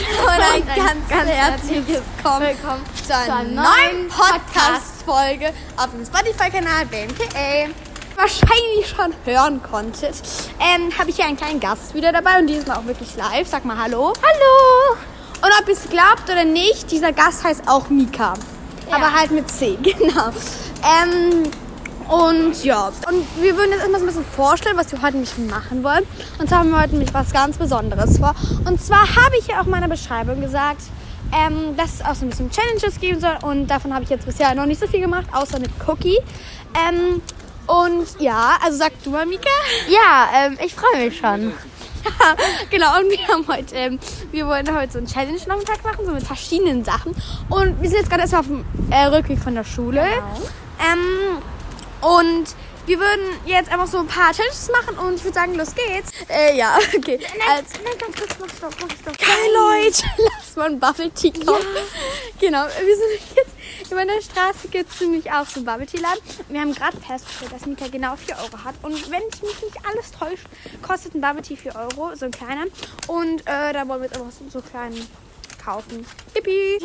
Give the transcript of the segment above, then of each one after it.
damit ein ganz, herzliches Willkommen zu einer neuen Podcast-Folge auf dem Spotify-Kanal BMTA. Wahrscheinlich schon hören konntet, ähm, habe ich hier einen kleinen Gast wieder dabei und diesmal auch wirklich live. Sag mal Hallo. Hallo. Und ob ihr es glaubt oder nicht, dieser Gast heißt auch Mika. Aber halt mit C, genau. Ähm, und ja, und wir würden jetzt erstmal so ein bisschen vorstellen, was wir heute nämlich machen wollen. Und zwar haben wir heute nämlich was ganz Besonderes vor. Und zwar habe ich ja auch in meiner Beschreibung gesagt, ähm, dass es auch so ein bisschen Challenges geben soll. Und davon habe ich jetzt bisher noch nicht so viel gemacht, außer mit Cookie. Ähm, und ja, also sag du mal, Mika. Ja, ähm, ich freue mich schon. genau, und wir haben heute, ähm, wir wollen heute so einen Challenge-Nachmittag machen, so mit verschiedenen Sachen. Und wir sind jetzt gerade erstmal auf dem äh, Rückweg von der Schule. Genau. Ähm, und wir würden jetzt einfach so ein paar Challenges machen und ich würde sagen, los geht's. Äh, ja, okay. Also, nein, ganz kurz, mach stopp, mach stopp. Hey Leute, lass mal einen Bubble Tea kaufen. Genau, wir sind jetzt über der Straße gibt es nämlich auch so einen Bubble Tea Laden. Wir haben gerade festgestellt, dass Mika genau 4 Euro hat. Und wenn ich mich nicht alles täusche, kostet ein Bubble Tea 4 Euro, so ein kleiner. Und äh, da wollen wir jetzt einfach so, so einen kleinen kaufen. Yippie!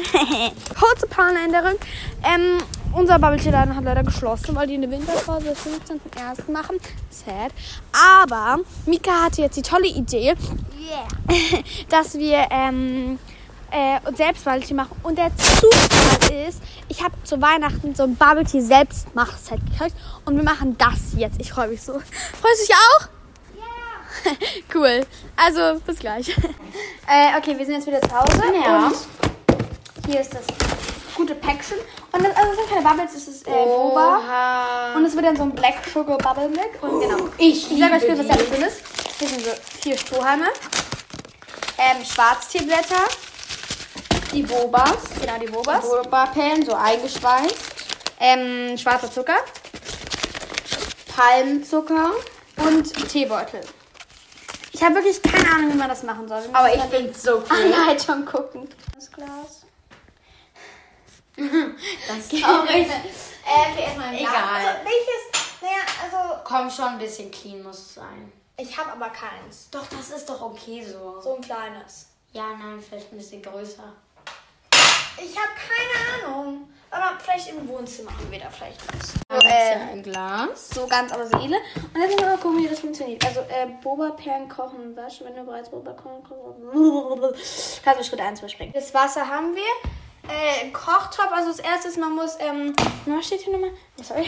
Kurze Planänderung. Ähm, unser Bubble Tea Laden hat leider geschlossen, weil die eine Winterpause bis 15.01. machen. Sad. Aber Mika hatte jetzt die tolle Idee, Yeah. dass wir ähm, äh, uns selbst Bubble Tea machen. Und der Zufall ist, ich habe zu Weihnachten so ein Bubble Tea Selbstmachset gekriegt. Und wir machen das jetzt. Ich freue mich so. Freust du dich auch? cool. Also, bis gleich. Äh, okay, wir sind jetzt wieder zu Hause. Ja. Und hier ist das gute Päckchen. Und das, also, das sind keine Bubbles, das ist äh, Boba. Und es wird dann so ein Black Sugar Bubble Milk. Und genau. Oh, Ich Ich sag euch liebe kurz, was da drin ist. Hier sind so vier Strohhalme. Ähm, Schwarzteeblätter. die Bobas. Genau, die Bobas. Bobapellen, so eingeschweißt. Ähm, schwarzer Zucker. Palmzucker. Und Teebeutel. Ich habe wirklich keine Ahnung, wie man das machen soll. Wir Aber müssen ich dann finde es so die cool. Anleitung gucken. Das Glas. Das ist traurig. Äh, okay, erstmal Egal. Namen. Also, welches? Naja, also. Komm schon, ein bisschen clean muss es sein. Ich habe aber keins. Doch, das ist doch okay so. So ein kleines. Ja, nein, vielleicht ein bisschen größer. Ich habe keine Ahnung. Aber vielleicht im Wohnzimmer haben wir da vielleicht was. So, So, äh, ein Glas. so ganz aus Seele. Und jetzt müssen wir mal gucken, wie das funktioniert. Also, äh, Boba-Perlen kochen und waschen, wenn du bereits Boba kochen kannst. Kannst du Schritt 1 überspringen. Das Wasser haben wir. Äh, Kochtopf, also das erste ist, man muss, ähm, was steht hier nochmal? Oh, Sorry.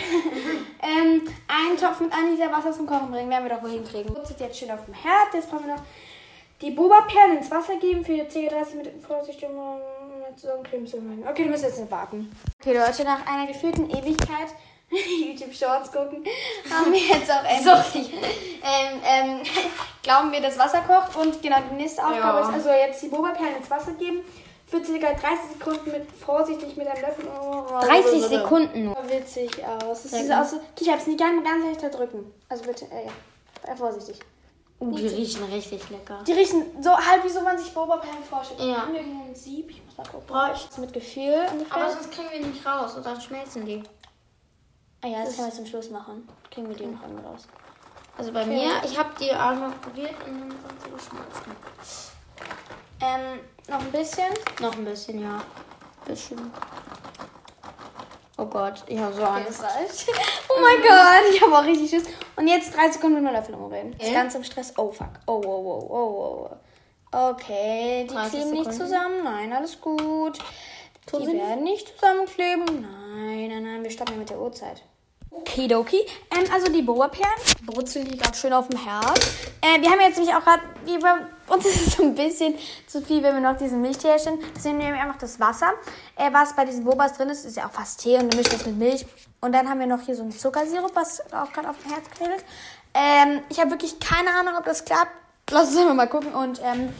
ähm, einen Topf mit einem Liter Wasser zum Kochen bringen, werden wir doch wohl hinkriegen. Das sitzt jetzt schön auf dem Herd, jetzt brauchen wir noch die Boba-Perlen ins Wasser geben für 10.30 mit Vorsicht und zusammencremen zu machen. Okay, wir müssen jetzt noch warten. Okay, Leute, nach einer gefühlten Ewigkeit YouTube-Shorts gucken, haben wir jetzt auch endlich. ähm, ähm, glauben wir, dass Wasser kocht und genau die nächste Aufgabe Ja. ist also jetzt die Boba-Perlen ins Wasser geben. Für ca. 30 Sekunden mit vorsichtig mit einem Löffel. Oh, 30 Sekunden nur. Sah witzig aus. Das sieht so aus so- ich habe es nicht ganz, ganz leicht erdrücken. Also bitte, äh, ja. Äh, vorsichtig. Uh, die riechen richtig lecker. Die riechen so halb, wie so man sich Boba-Perlen vorstellt. Ja. Haben wir hier ein Sieb? Ich muss mal gucken. Brauch ich. Das mit Gefühl ungefähr. Aber sonst kriegen wir nicht raus und dann schmelzen die. ah ja, das können wir zum Schluss machen. Kriegen wir die noch einmal raus. Also bei mir, ich habe die einfach probiert und dann sind sie geschmolzen. Ähm, noch ein bisschen. Noch ein bisschen, ja. Bisschen. Oh Gott, ich habe so Angst. reicht. Oh mein Gott, ich habe auch richtig Schiss. Und jetzt drei Sekunden mit meinem Löffel umrühren. Ist Okay. ganz im Stress. Oh fuck. Oh, oh, oh, oh, oh, oh. Okay, die 30 kleben nicht Sekunden. zusammen. Nein, alles gut. die sie nicht? werden nicht zusammenkleben. Nein, nein, nein, wir starten ja mit der Uhrzeit. Okidoki. Ähm, also die Boa-Perlen brutzeln die gerade schön auf dem Herd. Äh, wir haben jetzt nämlich auch gerade, wir- bei uns ist es so ein bisschen zu viel, wenn wir noch diesen Milchtee herstellen. Deswegen nehmen wir einfach das Wasser. Äh, was bei diesen Bobas drin ist, ist ja auch fast Tee und wir mischen das mit Milch. Und dann haben wir noch hier so einen Zuckersirup, was auch gerade auf dem Herd klebt. Ähm, ich habe wirklich keine Ahnung, ob das klappt. Lass uns einfach mal gucken. Und ähm,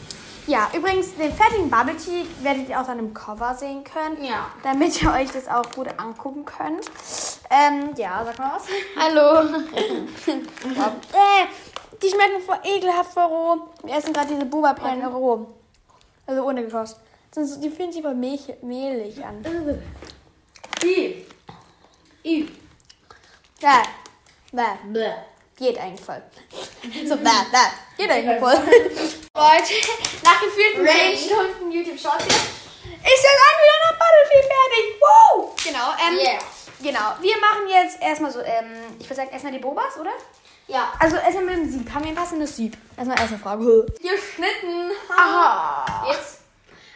ja, übrigens, den fertigen Bubble Tea werdet ihr auch dann im Cover sehen können. Ja. Damit ihr euch das auch gut angucken könnt. Ähm, ja, sag mal was. Hallo. Äh, die schmecken voll ekelhaft voll roh. Wir essen gerade diese Boba-Perlen Mhm. roh. Also ohne gekocht. Sonst, die fühlen sich voll milch, mehlig an. I. I. Ja. Bäh. Bäh. Geht eigentlich voll. So, bäh, bäh. Geht eigentlich voll. Leute, nach gefühlten Range. 10 Stunden YouTube-Short hier ist das an wieder nach Battlefield fertig. Wow! Genau, ähm, Yeah. genau. Wir machen jetzt erstmal so, ähm, ich würde sagen, erstmal die Bobas, oder? Ja. Also erstmal mit dem Sieb. Haben wir ein passendes Sieb? Erstmal erste Frage. Geschnitten. Aha. Jetzt.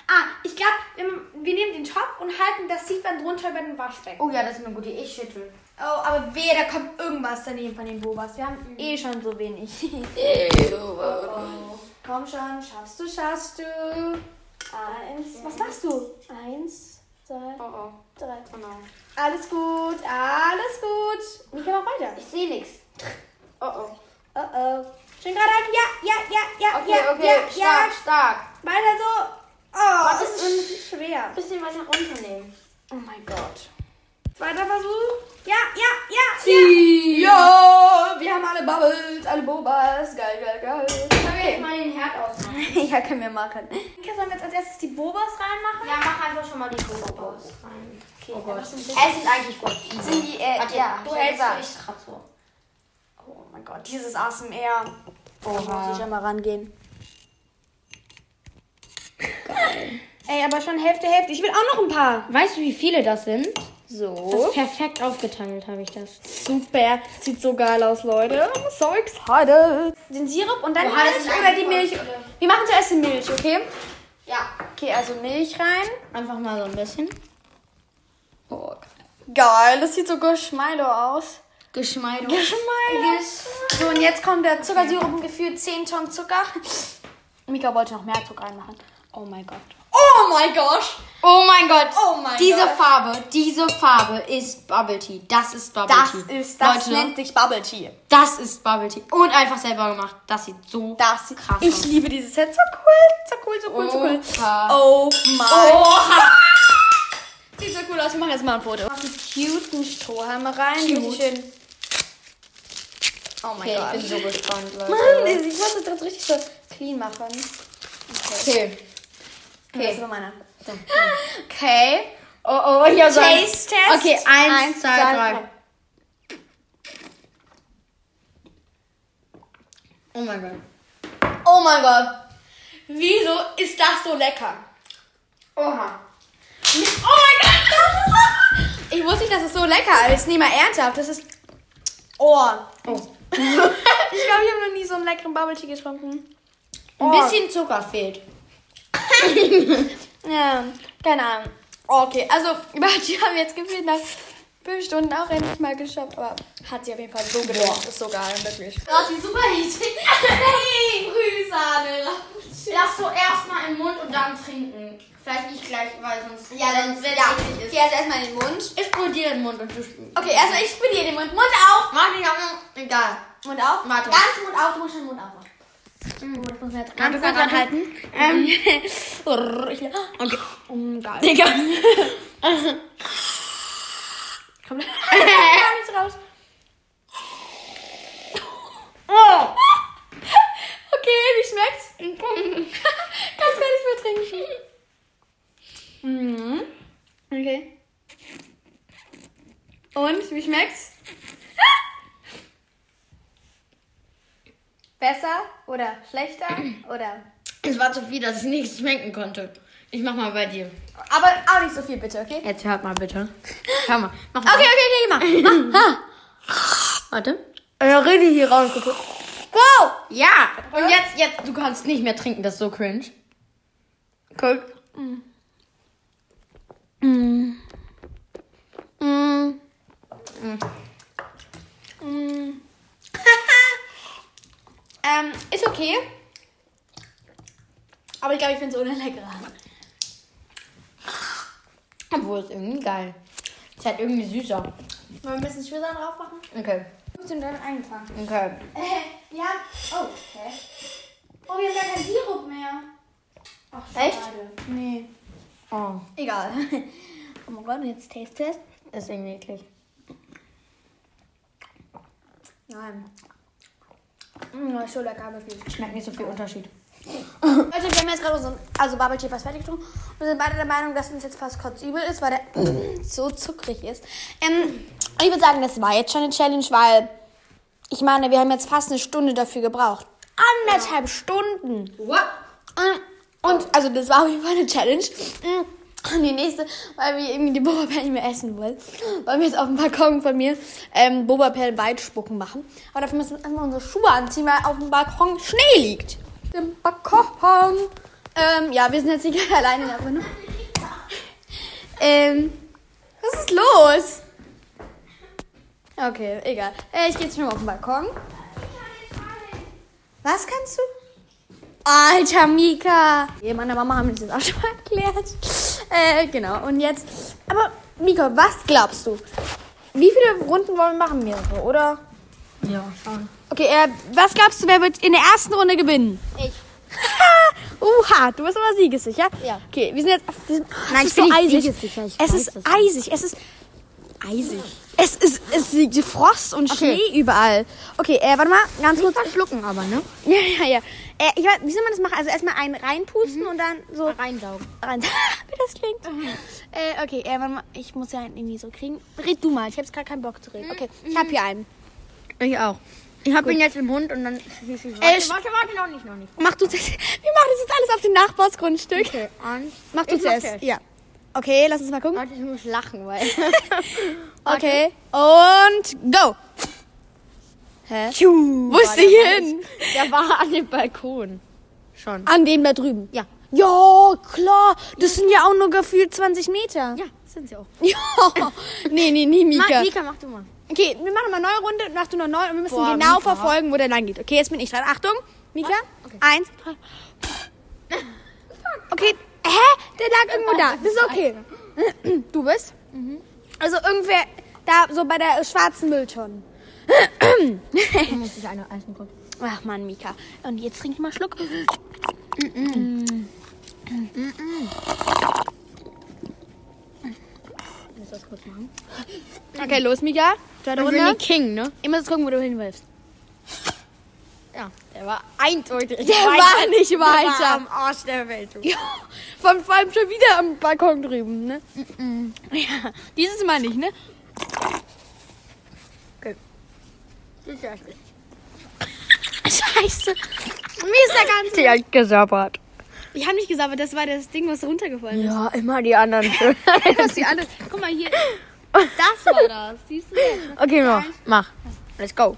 Ah, ich glaube, wir, wir nehmen den Topf und halten das Sieband drunter über den Waschbecken. Oh ja, das ist eine gute Idee. Ich schüttel. Oh, aber weh, da kommt irgendwas daneben von den Bobas. Wir haben eh schon so wenig. Komm schon, schaffst du, schaffst du. Eins. Was machst du? Eins, zwei, Oh oh. drei. Oh no. Alles gut, alles gut. Wir können auch weiter. Ich sehe nichts. Oh oh. Oh oh. Schön gerade an. Ja, ja, ja, ja, Okay, ja, okay. ja, stark, stark. ja. Weiter so. Oh, Was ist schwer. Bisschen weiter runternehmen. Oh mein Gott. Zweiter Versuch. Ja, ja, ja, Ja. Wir haben alle Bubbles, alle Bobas. Geil, geil, geil. Können wir jetzt mal den Herd ausmachen? ja, können wir machen. Okay, sollen wir jetzt als erstes die Bobas reinmachen? Ja, mach einfach schon mal die Soße aus. rein. Okay, Oh Gott. dann Es machst du ein sind bisschen- eigentlich voll viele. Sind die, äh, Warte, ja, du ich hältst sag. ich grad so. Oh mein Gott, dieses ASMR. Da muss ich Oha. ja mal rangehen. Ey, aber schon Hälfte, Hälfte. Ich will auch noch ein paar. Weißt du, wie viele das sind? Das So. ist perfekt aufgeteilt habe ich das. Super. Sieht so geil aus, Leute. I'm so excited. Den Sirup und dann Oha, das alles ist oder die einfach Milch. voll. Wir machen zuerst die Milch, okay? Ja. Okay, also Milch rein. Einfach mal so ein bisschen. Oh, Geil, das sieht so geschmeido aus. Geschmeidung. Geschmeido. So, und jetzt kommt der Zuckersirup gefühlt 10 Tonnen Zucker. Mika wollte noch mehr Zucker reinmachen. Oh mein Gott. Oh mein Gott. Oh mein Gott. Oh mein diese Gott. Farbe, diese Farbe ist Bubble Tea. Das ist Bubble Das Tea. ist, das Leute, nennt sich Bubble Tea. das ist Bubble Tea. Und einfach selber gemacht. Das sieht so Das sieht krass Ich aus. liebe dieses Set. So cool, so cool, so cool, so cool. Oha. Oh mein Oha. Sieht so cool aus. Wir machen jetzt mal ein Foto. Mach einen cuten Strohhalme rein. Cute. Schön. Oh mein Okay, Gott. ich bin so gespannt, Mann, Leute. ich muss das jetzt richtig so clean machen. Okay. Das Okay. war meiner. Okay. Oh, oh, hier so. ein- Taste Test. Okay, eins, zwei, drei. Oh mein Gott. Oh mein Gott. Wieso ist das so lecker? Oha. Oh mein Gott, das ist Ich wusste nicht, dass es so lecker ist. Nee, mal ernsthaft. Das ist. Oh. Oh. ich glaube, ich habe noch nie so einen leckeren Bubble Tea getrunken. Ein Oh. bisschen Zucker fehlt. Ja, keine Ahnung. Okay, also, die haben wir jetzt gefühlt nach fünf Stunden auch endlich mal geschafft. Aber hat sie auf jeden Fall so gelohnt. Ist so geil, wirklich. Das ist super hitzig. Hey, Rührsahne. Lass so erstmal im Mund und dann trinken. Vielleicht nicht gleich, weil sonst. Ja, dann sonst- ja. eklig Geh erst erstmal in den Mund. Ich probiere dir den Mund und du spielst. Okay, erstmal ich bin hier den Mund. Mund auf. Mach dich auch. Egal. Mund auf. Warte. Ganz Mund auf. Du musst den Mund aufmachen. Kannst du dran halten? Ähm, ich, Ah, okay. Mm, geil. Digga. Komm, komm raus. Oh. Okay, wie schmeckt's? Kannst gar nicht mehr trinken. Mhm. Okay. Und, wie schmeckt's? Besser oder schlechter oder... Es war zu viel, dass ich nichts schmecken konnte. Ich mach mal bei dir. Aber auch nicht so viel bitte, okay? Jetzt hört mal bitte. Hör mal. Mach mal. Okay, okay, okay, mach. Warte. Ja, rede Äh, hier rausgeguckt. Wow! Ja. Und jetzt, jetzt, du kannst nicht mehr trinken, das ist so cringe. Guck. Mm. Mm. ähm, ist okay. Aber ich glaube, ich finde es ohne leckerer. Obwohl, ist irgendwie geil. Ist halt irgendwie süßer. Wollen wir ein bisschen Schwierig drauf machen? Okay. Wir sind damit angefangen. Okay. Äh, wir haben. Oh, okay. Oh, wir haben gar keinen Sirup mehr. Ach, Echt? schade. Nee. Oh. Egal. Oh mein Gott, und jetzt Taste Test. Ist irgendwie eklig. Nein. Mm, ist so lecker, wirklich. Schmeckt nicht so viel Unterschied. Leute, wir haben jetzt gerade so ein, also Bubble Tea fast fertig getrunken. Wir sind beide der Meinung, dass uns jetzt fast kotzübel ist, weil der so zuckrig ist. Ähm, ich würde sagen, das war jetzt schon eine Challenge, weil ich meine, wir haben jetzt fast eine Stunde dafür gebraucht. anderthalb Stunden. What? Und, also das war auf jeden Fall eine Challenge. Mm, Und die nächste, weil wir irgendwie die Boba-Perlen nicht mehr essen wollen, wollen wir jetzt auf dem Balkon von mir ähm, Boba-Perlen weitspucken machen. Aber dafür müssen wir erstmal unsere Schuhe anziehen, weil auf dem Balkon Schnee liegt. Im Balkon. Ähm, ja, wir sind jetzt nicht gerade alleine in der Wohnung. Ähm, was ist los? Okay, egal. Äh, ich gehe jetzt schon mal auf den Balkon. Was kannst du? Alter, Mika. Ja, Meine Mama haben das jetzt auch schon mal erklärt. Äh, genau. Und jetzt. Aber, Mika, was glaubst du? Wie viele Runden wollen wir machen? Mehrere, oder? Ja, schon. Okay, äh, was glaubst du, wer wird in der ersten Runde gewinnen? Ich. Uha, du bist aber siegessicher. Ja. Okay, wir sind jetzt auf diesem. Ach, Nein, es ist ich bin so nicht eisig. siegessicher, ich es weiß ist das eisig, es ist. Eisig. Es ist, es liegt Frost und Okay. Schnee überall. Okay, äh, warte mal, ganz kurz. Verschlucken aber, ne? Ja, ja, ja. Äh, ich weiß, wie soll man das machen? Also erstmal einen reinpusten und dann so Reinsaugen. rein. wie das klingt. Äh, okay, äh, warte mal, ich muss ja einen irgendwie so kriegen. Red du mal, ich habe gerade keinen Bock zu reden. Okay, ich habe hier einen. Ich auch. Ich hab ihn jetzt im Mund und dann. Warte, Äh, warte, warte, noch nicht, noch nicht. Mach du Wir machen das jetzt alles auf dem Nachbarsgrundstück. Okay, eins. Mach du Ich mach zuerst. zuerst. Ja. Okay, lass uns mal gucken. Warte, ich muss lachen, weil. Okay. Und go. Hä? Wo ist sie hin? Der war an dem Balkon. Ah, Schon. An dem da drüben. Ja. Ja, klar. Das sind ja auch nur gefühlt 20 Meter. Ja, sind sie auch. Ja. nee, nee, nee, Mika. Mach, Mika, mach du mal. Okay, wir machen mal eine neue Runde, mach du noch neu und wir müssen Boah, genau Mika. verfolgen, wo der lang geht. Okay, jetzt bin ich dran. Achtung, Mika. Eins, drei. Okay, hä? Der lag irgendwo da. Das ist okay. Du bist? Also irgendwer da, so bei der schwarzen Mülltonne. Du musst dich eine Eisen gucken. Ach man, Mika. Und jetzt trink mal einen Schluck. Lass das kurz machen. Okay, los, Mika. Zweite Winnie Runde. King, ne? Immer so gucken, wo du hinwirfst. Ja. Der war eindeutig. Der war nicht Der war weiter. am Arsch der Welt. du. Ja, von vor allem schon wieder am Balkon drüben, ne? Ja, dieses Mal nicht, ne? Scheiße. Mir ist der ganze. Die hat gesabbert. Ich habe nicht gesagt, aber das war das Ding, was runtergefallen ist. Ja, immer die anderen. Das die alle. Guck mal hier. Das war das. Siehst du? okay, mach. Mach. Let's go.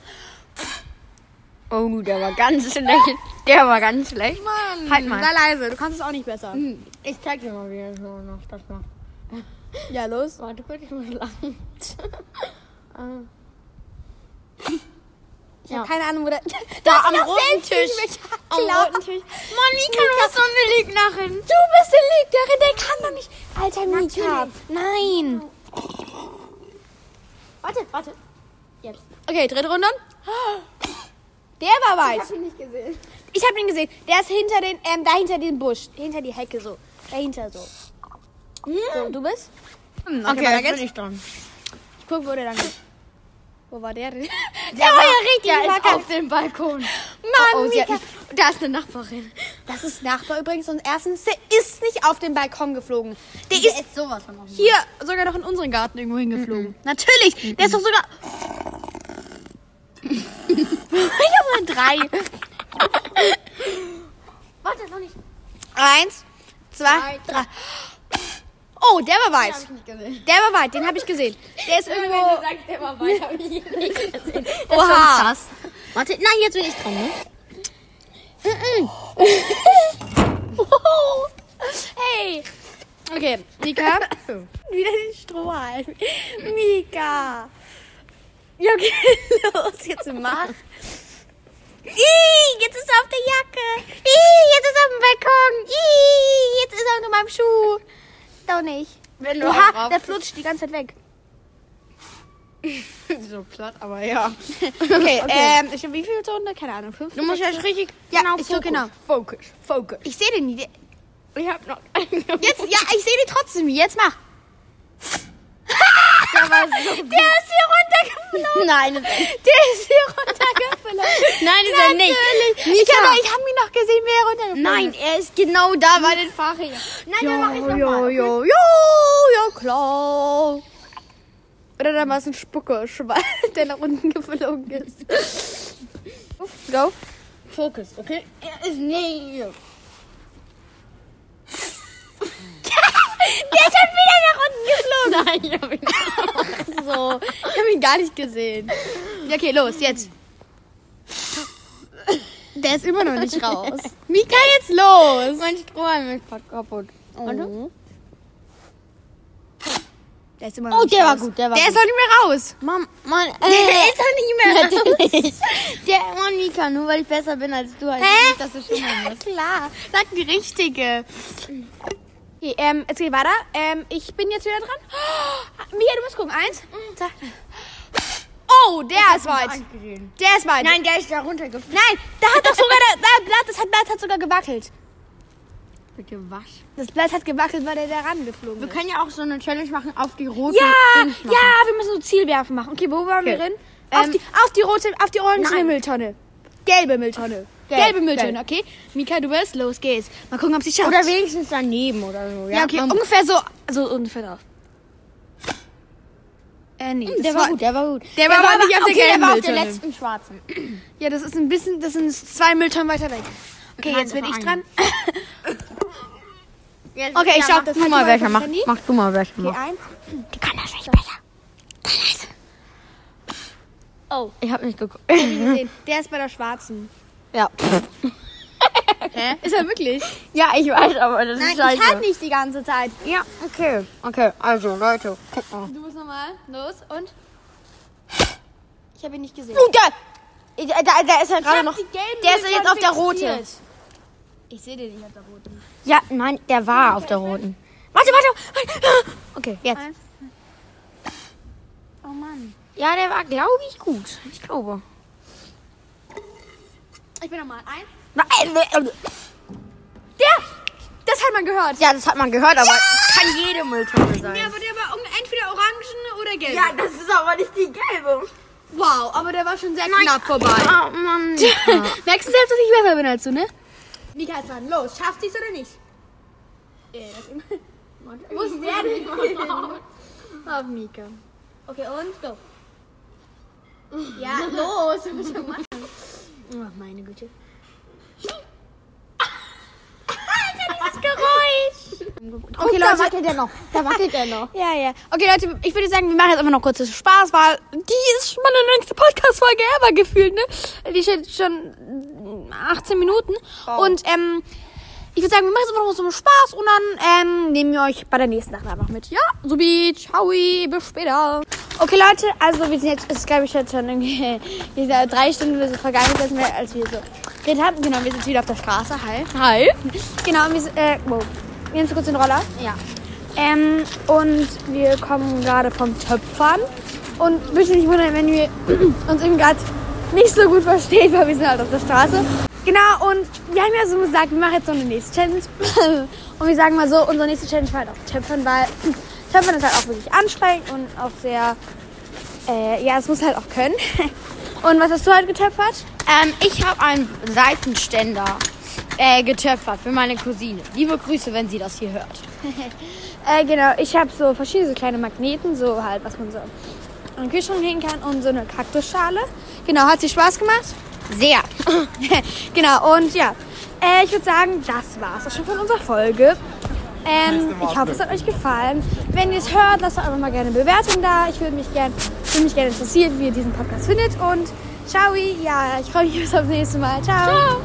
Oh, der war ganz schlecht. Der war ganz schlecht. Mann. Halt mal. Sei leise, du kannst es auch nicht besser. Ich zeig dir mal, wie er so noch das macht. Ja, los. Warte kurz, ich muss lachen. Ich habe keine Ahnung, wo der. Da am roten Tisch. Am roten Tisch. Monika, du bist so eine Lügnerin. Du bist der Lügnerin, der kann doch nicht. Alter Mika. Nein. Warte, warte. Jetzt. Okay, dritte Runde. Der war weit. ihn nicht gesehen. Ich habe ihn gesehen. Der ist hinter den, ähm, da hinter den Busch, hinter die Hecke so, dahinter so. Hm? so du bist? Okay, weiter jetzt geht's. bin ich dran. Ich guck, wo der dann ist. Wo war der denn? Der, war- ja Der ist wacker. auf dem Balkon. Mann, sie hat Mika. mich- da ist eine Nachbarin. Das ist Nachbar übrigens. Und erstens, der ist nicht auf den Balkon geflogen. Der Die ist ist sowas von offen. hier sogar noch in unseren Garten irgendwo hingeflogen. Natürlich, der ist doch sogar... ich hab mal drei. Warte, noch nicht. Eins, zwei, drei. Oh, der war Hab weiß. ich nicht gesehen. Der war weit, den habe ich gesehen. Der ist irgendwo. sagst, der war weiter, hab ich ihn nicht gesehen. Oha. Warte, nein, jetzt bin ich dran, ne? Hey. Okay, Mika. Wieder den Strohhalm. Mika. Ja, okay, los, jetzt mach. Ih, jetzt ist er auf der Jacke. Ih, jetzt ist er auf dem Balkon. Ih, jetzt ist er unter meinem Schuh. Doch nicht. Wenn Oha, der flutscht die ganze Zeit weg. so platt, aber ja. Okay, ähm, ich habe wie viele Runden? Keine Ahnung, fünf? Du musst jetzt richtig Ja, genau ich so genau. Focus, focus. Ich sehe den nicht. Ich hab noch einen. Jetzt, ja, ich sehe den trotzdem. nicht. Jetzt mach. der war so... Der ist hier runtergeflogen. Nein, das- Der ist hier runtergefallen. nein, ist er nicht. Natürlich. Ich habe ich hab ihn noch gesehen, wie er runtergefallen Nein, er ist genau da bei den Fahrrädern. Nein, Ja, dann mach ich ja, nochmal. ja, ja, ja, klar. Oder da war es ein Spucke, Schwein, der nach unten geflogen ist. Go. Fokus, okay? Nee. Der ist schon wieder nach unten geflogen. Nein, ich hab ihn so. Ich hab ihn gar nicht gesehen. Ja, Okay, los, jetzt. Der ist immer noch nicht raus. Mika, jetzt los. Oh. Mein Strohhalm ist fast kaputt. Warte. Der ist immer Oh, nicht der war raus. gut, der war Der ist gut. noch nicht mehr raus. Mann, Mann, Der äh, ist noch nicht mehr raus. natürlich. Der Mann, Mika, nur weil ich besser bin als du, heißt Hä? das nicht, dass du schummeln Ja, musst. klar. Sag die richtige. Okay, ähm, jetzt geht weiter. Ähm, ich bin jetzt wieder dran. Oh, Mia, du musst gucken. Eins. zwei. Oh, der ist weit. Angesehen. Der ist weit. Nein, der ist da runtergefallen. Nein, da hat doch sogar der, da, Blatt, das hat, Blatt hat sogar gewackelt. Bitte was? Das Blatt hat gewackelt, weil der da rangeflogen Wir ist. können ja auch so eine Challenge machen auf die rote. Ja, Dings machen. ja, wir müssen so Zielwerfen machen. Okay, wo waren wir Okay. drin? Auf, Ähm, die, auf die rote, auf die orange nein. Mülltonne. Gelbe Mülltonne. Gelb, Gelbe Mülltonne, okay? gelb. Mika, du wirst, los geht's. Mal gucken, ob sie schafft. Oder wenigstens daneben oder so. Ja, um- Ja, okay, Man- ungefähr so. Also ungefähr drauf. Äh, nee. Hm, der das war gut, der war gut. Der war aber nicht auf der okay, gelben der war auf der Mülltonne. letzten schwarzen. Ja, das ist ein bisschen, das sind zwei Mülltonnen weiter weg. Okay, Nein, jetzt bin das ich war dran. Ah, Jetzt- Okay, ich ja, schaff mach das du mal mal auf welche, das mach, Handy. mach du mal welche. Okay, mach. ein. Die kann das nicht besser. Oh. Ich hab nicht geguckt. Gesehen. Der ist bei der schwarzen. ja. Hä? Ist er wirklich? ja, ich weiß, aber das Nein, ist scheiße. ich halt nicht die ganze Zeit. Ja, okay. Okay, also Leute, guck mal. Du musst nochmal. Los und. Ich habe ihn nicht gesehen. Uh, da, da, da ist er gerade noch. die gelben Der ist jetzt auf der roten. fixiert. Ich sehe den nicht auf der roten. Ja, nein, der war auf der roten. Warte, warte. warte. Okay, jetzt. Eins. Oh Mann. Ja, der war, glaube ich, gut. Ich glaube. Ich bin nochmal. Ein. ne, Ja, Der! Das hat man gehört. das hat man gehört, aber kann jede Mülltonne Ja, sein. aber der war um- entweder orangen oder gelb. das ist aber nicht die gelbe. Wow, aber der war schon sehr knapp vorbei. Oh Mann. Merkst du selbst, dass ich besser bin als du, ne? Mika ist dran. Los, schaffst du es oder nicht? Äh, das- Wo ist der denn? Auf Mika. Okay, und go. Ja, los. Oh, meine Güte. Ah, Alter, dieses Geräusch. Okay, da Leute, wackelt er noch. Da wackelt er noch. Ja, ja. Okay, Leute, ich würde sagen, wir machen jetzt einfach noch kurz Spaß, weil die ist schon meine längste Podcast-Folge ever gefühlt, ne? Die ist jetzt schon 18 Minuten. Und, ähm, ich würde sagen, wir machen jetzt einfach noch so einen Spaß und dann, ähm, nehmen wir euch bei der nächsten Sache einfach mit. Ja, subi, ciao, bis später. Okay, Leute, also wir sind jetzt, es ist, glaube ich, jetzt schon irgendwie, wie gesagt, drei Stunden oder so vergangen, als wir, als wir so geredet haben. Genau, wir sind wieder auf der Straße. Hi. Hi. Genau, wir sind, äh, wow. Wir nehmen kurz den Roller. Ja. Ähm, und wir kommen gerade vom Töpfern. Und bitte nicht wundern, wenn wir uns eben gerade nicht so gut verstehen, weil wir sind halt auf der Straße. Genau, und wir haben ja so gesagt, wir machen jetzt so eine nächste Challenge. und wir sagen mal so, unsere nächste Challenge war halt auch Töpfern, weil Töpfern ist halt auch wirklich anstrengend und auch sehr, äh, ja, es muss halt auch können. und was hast du halt getöpfert? Ähm, ich habe einen Seitenständer äh, getöpfert für meine Cousine. Liebe Grüße, wenn sie das hier hört. Äh, genau, ich habe so verschiedene so kleine Magneten, so halt, was man so an den Kühlschrank hängen kann und so eine Kaktusschale. Genau, hat sie Spaß gemacht? Sehr. genau, und ja, äh, ich würde sagen, das war's auch schon von unserer Folge. Ähm, ich hoffe, es hat euch gefallen. Wenn ihr es hört, lasst doch einfach mal gerne eine Bewertung da. Ich würde mich gerne würd mich gerne interessieren, wie ihr diesen Podcast findet. Und ciao, ja, ich freue mich aufs nächste Mal. ciao.